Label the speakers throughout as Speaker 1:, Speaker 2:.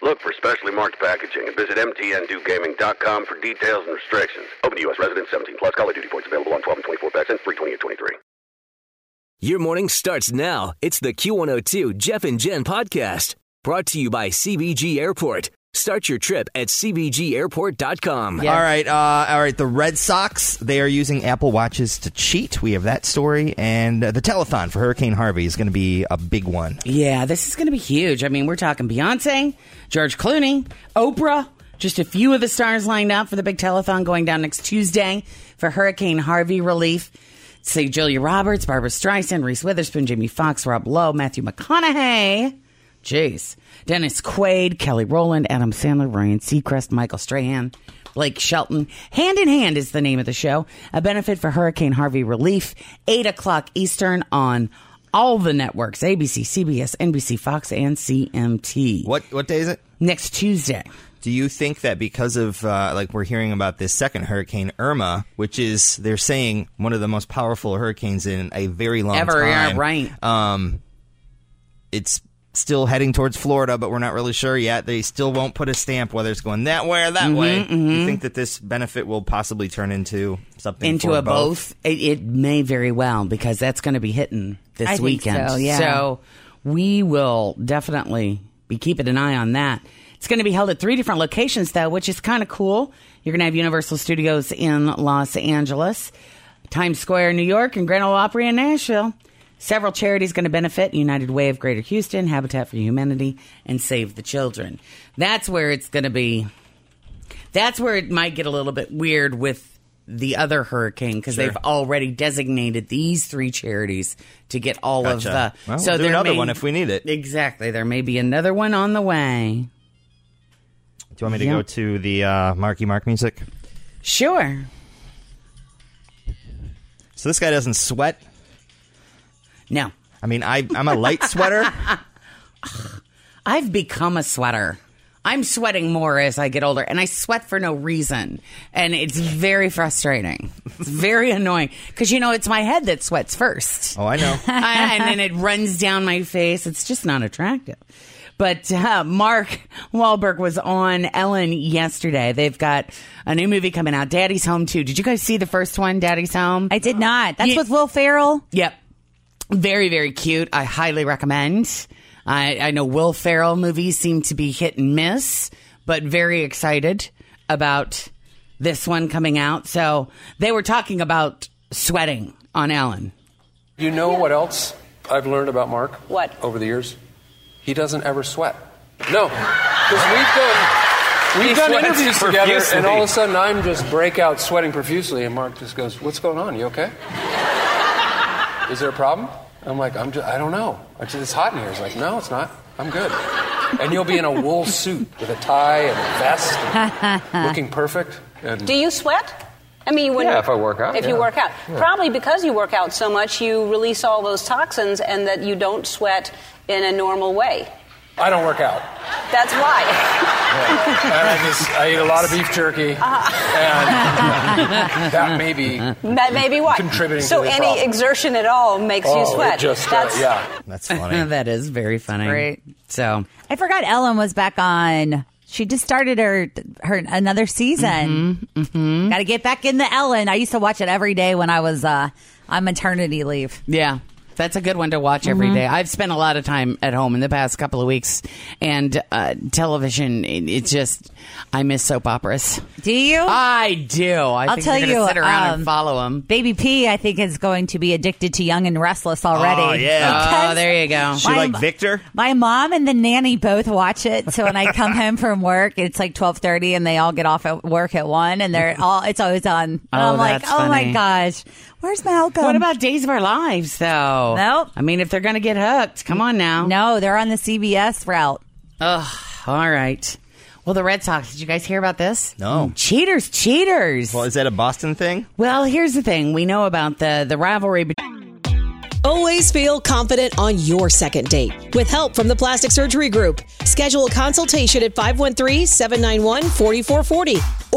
Speaker 1: Look for specially marked packaging and visit mtndewgaming.com for details and restrictions. Open to U.S. residents 17 plus. Call of Duty points available on 12 and 24 packs and 320 and 23.
Speaker 2: Your morning starts now. It's the Q102 Jeff and Jen podcast brought to you by CBG Airport. Start your trip at cbgairport.com.
Speaker 3: All right, uh, all right. The Red Sox they are using Apple Watches to cheat. We have that story, and uh, the telethon for Hurricane Harvey is going to be a big one.
Speaker 4: Yeah, this is going to be huge. I mean, we're talking Beyonce, George Clooney, Oprah, just a few of the stars lined up for the big telethon going down next Tuesday for Hurricane Harvey relief. Say Julia Roberts, Barbara Streisand, Reese Witherspoon, Jamie Foxx, Rob Lowe, Matthew McConaughey. Jeez. Dennis Quaid, Kelly Rowland, Adam Sandler, Ryan Seacrest, Michael Strahan, Blake Shelton. Hand in Hand is the name of the show. A benefit for Hurricane Harvey relief. 8 o'clock Eastern on all the networks ABC, CBS, NBC, Fox, and CMT.
Speaker 3: What what day is it?
Speaker 4: Next Tuesday.
Speaker 3: Do you think that because of uh, like we're hearing about this second hurricane Irma, which is they're saying one of the most powerful hurricanes in a very long
Speaker 4: Ever, yeah,
Speaker 3: time,
Speaker 4: right.
Speaker 3: Um, it's still heading towards Florida, but we're not really sure yet. They still won't put a stamp whether it's going that way or
Speaker 4: Mm-hmm,
Speaker 3: that way. You think that this benefit will possibly turn into something
Speaker 4: into
Speaker 3: for
Speaker 4: a both. It, it may very well because that's going to be hitting this
Speaker 5: I think
Speaker 4: weekend.
Speaker 5: so, yeah.
Speaker 4: So we will definitely be keeping an eye on that. It's going to be held at three different locations though, which is kind of cool. You're going to have Universal Studios in Los Angeles, Times Square in New York, and Grand Ole Opry in Nashville. Several charities going to benefit United Way of Greater Houston, Habitat for Humanity, and Save the Children. That's where it's going to be that's where it might get a little bit weird with the other hurricane because they've already designated these three charities to get all
Speaker 3: Gotcha.
Speaker 4: of the.
Speaker 3: Well, we'll do
Speaker 4: there
Speaker 3: another
Speaker 4: may-
Speaker 3: one if we need it.
Speaker 4: Exactly, there may be another one on the way.
Speaker 3: Do you want me to
Speaker 4: Yeah.
Speaker 3: go to the uh, Marky Mark music?
Speaker 4: Sure.
Speaker 3: So this guy doesn't sweat.
Speaker 4: No,
Speaker 3: I mean, I I'm a light sweater.
Speaker 4: I've become a sweater. I'm sweating more as I get older, and I sweat for no reason, and it's very frustrating. It's very annoying because you know it's my head that sweats first.
Speaker 3: Oh, I know.
Speaker 4: I- and then it runs down my face. It's just not attractive. But uh, Mark Wahlberg was on Ellen yesterday. They've got a new movie coming out, Daddy's Home 2. Did you guys see the first one, Daddy's Home?
Speaker 5: I did not. That's
Speaker 4: You-
Speaker 5: with Will Ferrell.
Speaker 4: Yep. Very, very cute. I highly recommend. I, I know Will Ferrell movies seem to be hit and miss, but very excited about this one coming out. So they were talking about sweating on Ellen.
Speaker 6: You know what else I've learned about Mark?
Speaker 5: What?
Speaker 6: Over the years? He doesn't ever sweat. No. Because we've done, we've done
Speaker 7: sweats
Speaker 6: interviews together, and
Speaker 7: profusely.
Speaker 6: all of a sudden I'm just break out sweating profusely, and Mark just goes, What's going on? You okay? Is there a problem? I'm like, I'm just, I don't know. I just- It's hot in here. He's like, No, it's not. I'm good. And you'll be in a wool suit with a tie and a vest, and looking perfect. And
Speaker 8: Do you sweat? I mean, when
Speaker 6: Yeah, if I work out,
Speaker 8: If you
Speaker 6: yeah.
Speaker 8: work out,
Speaker 6: Yeah.
Speaker 8: probably because you work out so much, you release all those toxins, and that you don't sweat in a normal way.
Speaker 6: I don't work out.
Speaker 8: That's why.
Speaker 6: And I just I eat a lot of beef jerky, and that may be.
Speaker 8: Uh-huh. That may be why.
Speaker 6: Contributing
Speaker 8: so
Speaker 6: to the
Speaker 8: any
Speaker 6: problem.
Speaker 8: exertion at all makes you
Speaker 6: Oh,
Speaker 8: sweat.
Speaker 6: it just uh,
Speaker 8: That's
Speaker 6: yeah.
Speaker 3: That's funny.
Speaker 4: that is very funny.
Speaker 5: great.
Speaker 4: So
Speaker 5: I forgot Ellen was back on. She just started her her another season.
Speaker 4: Mm-hmm,
Speaker 5: Got to get back in the Ellen. I used to watch it every day when I was uh, on maternity leave. Mm-hmm.
Speaker 4: Yeah. That's a good one to watch every day. I've spent a lot of time at home in the past couple of weeks, and uh, television. It, it just, I miss soap operas.
Speaker 5: Do you?
Speaker 4: I do. I
Speaker 5: I'll
Speaker 4: think
Speaker 5: tell
Speaker 4: you're gonna
Speaker 5: you,
Speaker 4: Sit around
Speaker 5: um,
Speaker 4: and follow them.
Speaker 5: Baby P, I think, is going to be addicted to Young and Restless already.
Speaker 3: Oh, yeah.
Speaker 4: Oh, there you go.
Speaker 3: She
Speaker 5: My-
Speaker 3: like Victor?
Speaker 5: My mom and the nanny both watch it. So when I come home from work, it's like twelve thirty, and they all get off at work at one, and they're all it's always on. And
Speaker 4: Oh,
Speaker 5: I'm like,
Speaker 4: that's
Speaker 5: oh my
Speaker 4: funny.
Speaker 5: gosh, where's Malcolm?
Speaker 4: What about Days of Our Lives, though?
Speaker 5: Nope.
Speaker 4: I mean, if they're going to get hooked, come on now.
Speaker 5: No, they're on the CBS route.
Speaker 4: Ugh. All right. Well, the Red Sox. Did you guys hear about this?
Speaker 3: No.
Speaker 4: Cheaters, cheaters.
Speaker 3: Well, is that a Boston thing?
Speaker 4: Well, here's the thing. We know about the the rivalry between.
Speaker 7: Always feel confident on your second date. With help from the Plastic Surgery Group, schedule a consultation at 513 791 4440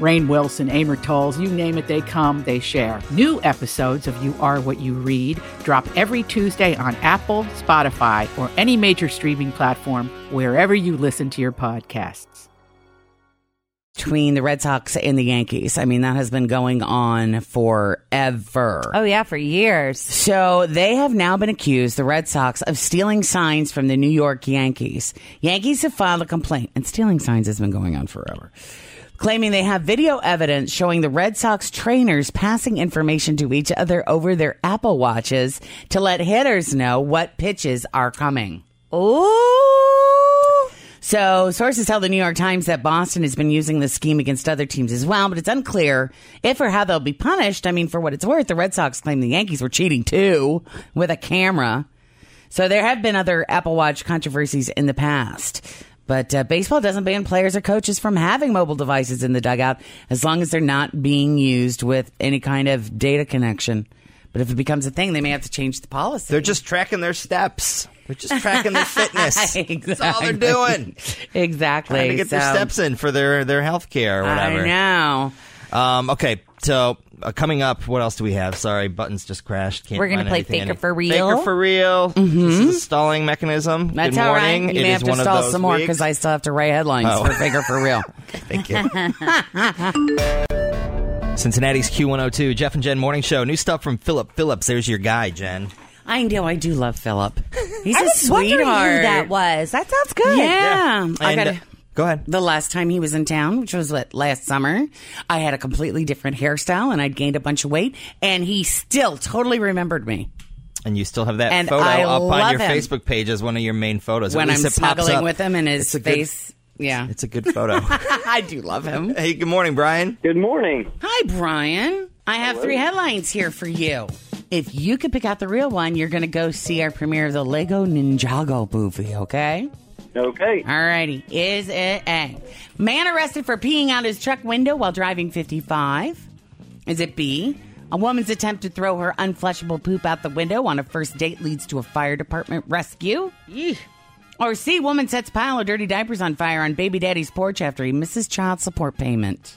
Speaker 9: Rain Wilson, Amor Tolls, you name it, they come, they share. New episodes of You Are What You Read drop every Tuesday on Apple, Spotify, or any major streaming platform wherever you listen to your podcasts.
Speaker 4: between the Red Sox and the Yankees. I mean, that has been going on forever.
Speaker 5: Oh yeah, for years.
Speaker 4: So they have now been accused, the Red Sox, of stealing signs from the New York Yankees. Yankees have filed a complaint, and stealing signs has been going on forever. Claiming they have video evidence showing the Red Sox trainers passing information to each other over their Apple Watches to let hitters know what pitches are coming.
Speaker 5: Ooh.
Speaker 4: So, sources tell the New York Times that Boston has been using this scheme against other teams as well, but it's unclear if or how they'll be punished. I mean, for what it's worth, the Red Sox claim the Yankees were cheating too with a camera. So, there have been other Apple Watch controversies in the past. But uh, baseball doesn't ban players or coaches from having mobile devices in the dugout as long as they're not being used with any kind of data connection. But if it becomes a thing, they may have to change the policy.
Speaker 3: They're just tracking their steps. They're just tracking their fitness. That's all they're
Speaker 4: Exactly.
Speaker 3: doing.
Speaker 4: exactly
Speaker 3: Trying to get their
Speaker 4: So-
Speaker 3: steps in for their their health care or whatever.
Speaker 4: I know.
Speaker 3: Um, okay, so uh, coming up, what else do we have? Sorry, buttons just crashed. Can't
Speaker 5: We're gonna
Speaker 3: find
Speaker 5: play
Speaker 3: anything
Speaker 5: Faker
Speaker 3: any-
Speaker 5: for
Speaker 3: Faker
Speaker 5: Real.
Speaker 3: for real. This is a stalling mechanism.
Speaker 4: Mm-hmm. That's
Speaker 3: Good
Speaker 4: all right.
Speaker 3: morning. It
Speaker 4: You may
Speaker 3: is
Speaker 4: have to
Speaker 3: one of
Speaker 4: stall
Speaker 3: those
Speaker 4: some more
Speaker 3: weeks.
Speaker 4: because I still have to write headlines
Speaker 3: Oh.
Speaker 4: for Bigger for Real.
Speaker 3: Thank you. Cincinnati's Q102, Jeff and Jen Morning Show. New stuff from Philip Phillips. There's your guy, Jen.
Speaker 4: I know. I do love Philip. He's
Speaker 5: I
Speaker 4: a
Speaker 5: was wondering
Speaker 4: sweetheart.
Speaker 5: who that was. That sounds good.
Speaker 4: Yeah. I
Speaker 3: And,
Speaker 4: got
Speaker 3: uh, go ahead.
Speaker 4: The last time he was in town, which was what, last summer, I had a completely different hairstyle and I'd gained a bunch of weight, and he still totally remembered me
Speaker 3: And you still have that
Speaker 4: And
Speaker 3: photo
Speaker 4: I
Speaker 3: up on
Speaker 4: love
Speaker 3: your
Speaker 4: him.
Speaker 3: Facebook page as one of your main photos. At
Speaker 4: when I'm
Speaker 3: least it pops
Speaker 4: snuggling
Speaker 3: up.
Speaker 4: with him and his
Speaker 3: It's a good-
Speaker 4: face. yeah,
Speaker 3: it's a good photo.
Speaker 4: I do love him.
Speaker 3: hey, good morning, Brian.
Speaker 10: Good morning.
Speaker 4: Hi, Brian. I have three headlines here for you. If you could pick out the real one, you're going to go see our premiere of the Lego Ninjago movie, okay?
Speaker 10: Okay.
Speaker 4: Alrighty. Is it A? Man arrested for peeing out his truck window while driving 55. Is it B? A woman's attempt to throw her unflushable poop out the window on a first date leads to a fire department rescue. Eek. Or C? Woman sets pile of dirty diapers on fire on baby daddy's porch after he misses child support payment.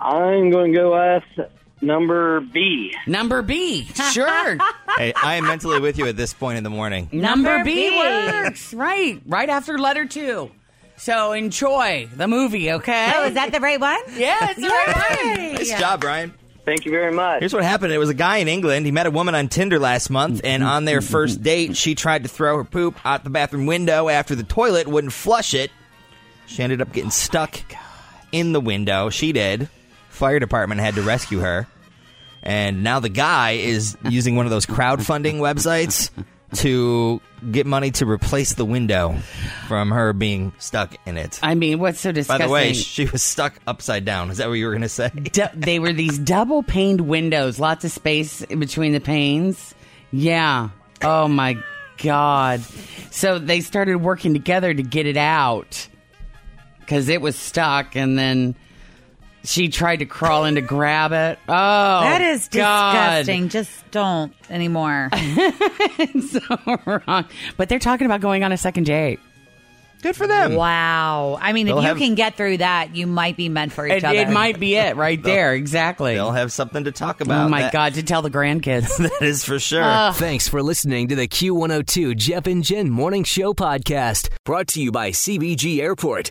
Speaker 10: I'm going to go with number B.
Speaker 4: Number B. Sure.
Speaker 3: Hey, I am mentally with you at this point in the morning.
Speaker 4: Number B,
Speaker 5: B.
Speaker 4: works. Right. Right after letter two. So enjoy the movie, okay?
Speaker 5: Oh, is that the right one?
Speaker 4: yeah, it's the right one.
Speaker 3: Nice job, Brian.
Speaker 10: Thank you very much.
Speaker 3: Here's what happened. It was a guy in England. He met a woman on Tinder last month, and on their first date, she tried to throw her poop out the bathroom window after the toilet wouldn't flush it. She ended up getting stuck in the window. She did. Fire department had to rescue her. And now the guy is using one of those crowdfunding websites to get money to replace the window from her being stuck in it.
Speaker 4: I mean, what's so disgusting?
Speaker 3: By the way, she was stuck upside down. Is that what you were going to say?
Speaker 4: Du- they were these double paned windows, lots of space in between the panes. Yeah. Oh my God. So they started working together to get it out because it was stuck, and then she tried to crawl in to grab it. Oh,
Speaker 11: that is
Speaker 4: God.
Speaker 11: disgusting. Just don't anymore.
Speaker 4: Wrong. But they're talking about going on a second date.
Speaker 3: Good for them.
Speaker 11: Wow. I mean,
Speaker 3: They'll
Speaker 11: if you
Speaker 3: have-
Speaker 11: can get through that, you might be meant for each
Speaker 4: It,
Speaker 11: other.
Speaker 4: it might be it right there. Exactly.
Speaker 3: They'll have something to talk about.
Speaker 4: Oh my
Speaker 3: That-
Speaker 4: God, to tell the grandkids.
Speaker 3: That is for sure.
Speaker 2: Thanks for listening to the Q102 Jeff and Jen Morning Show podcast, brought to you by CBG Airport.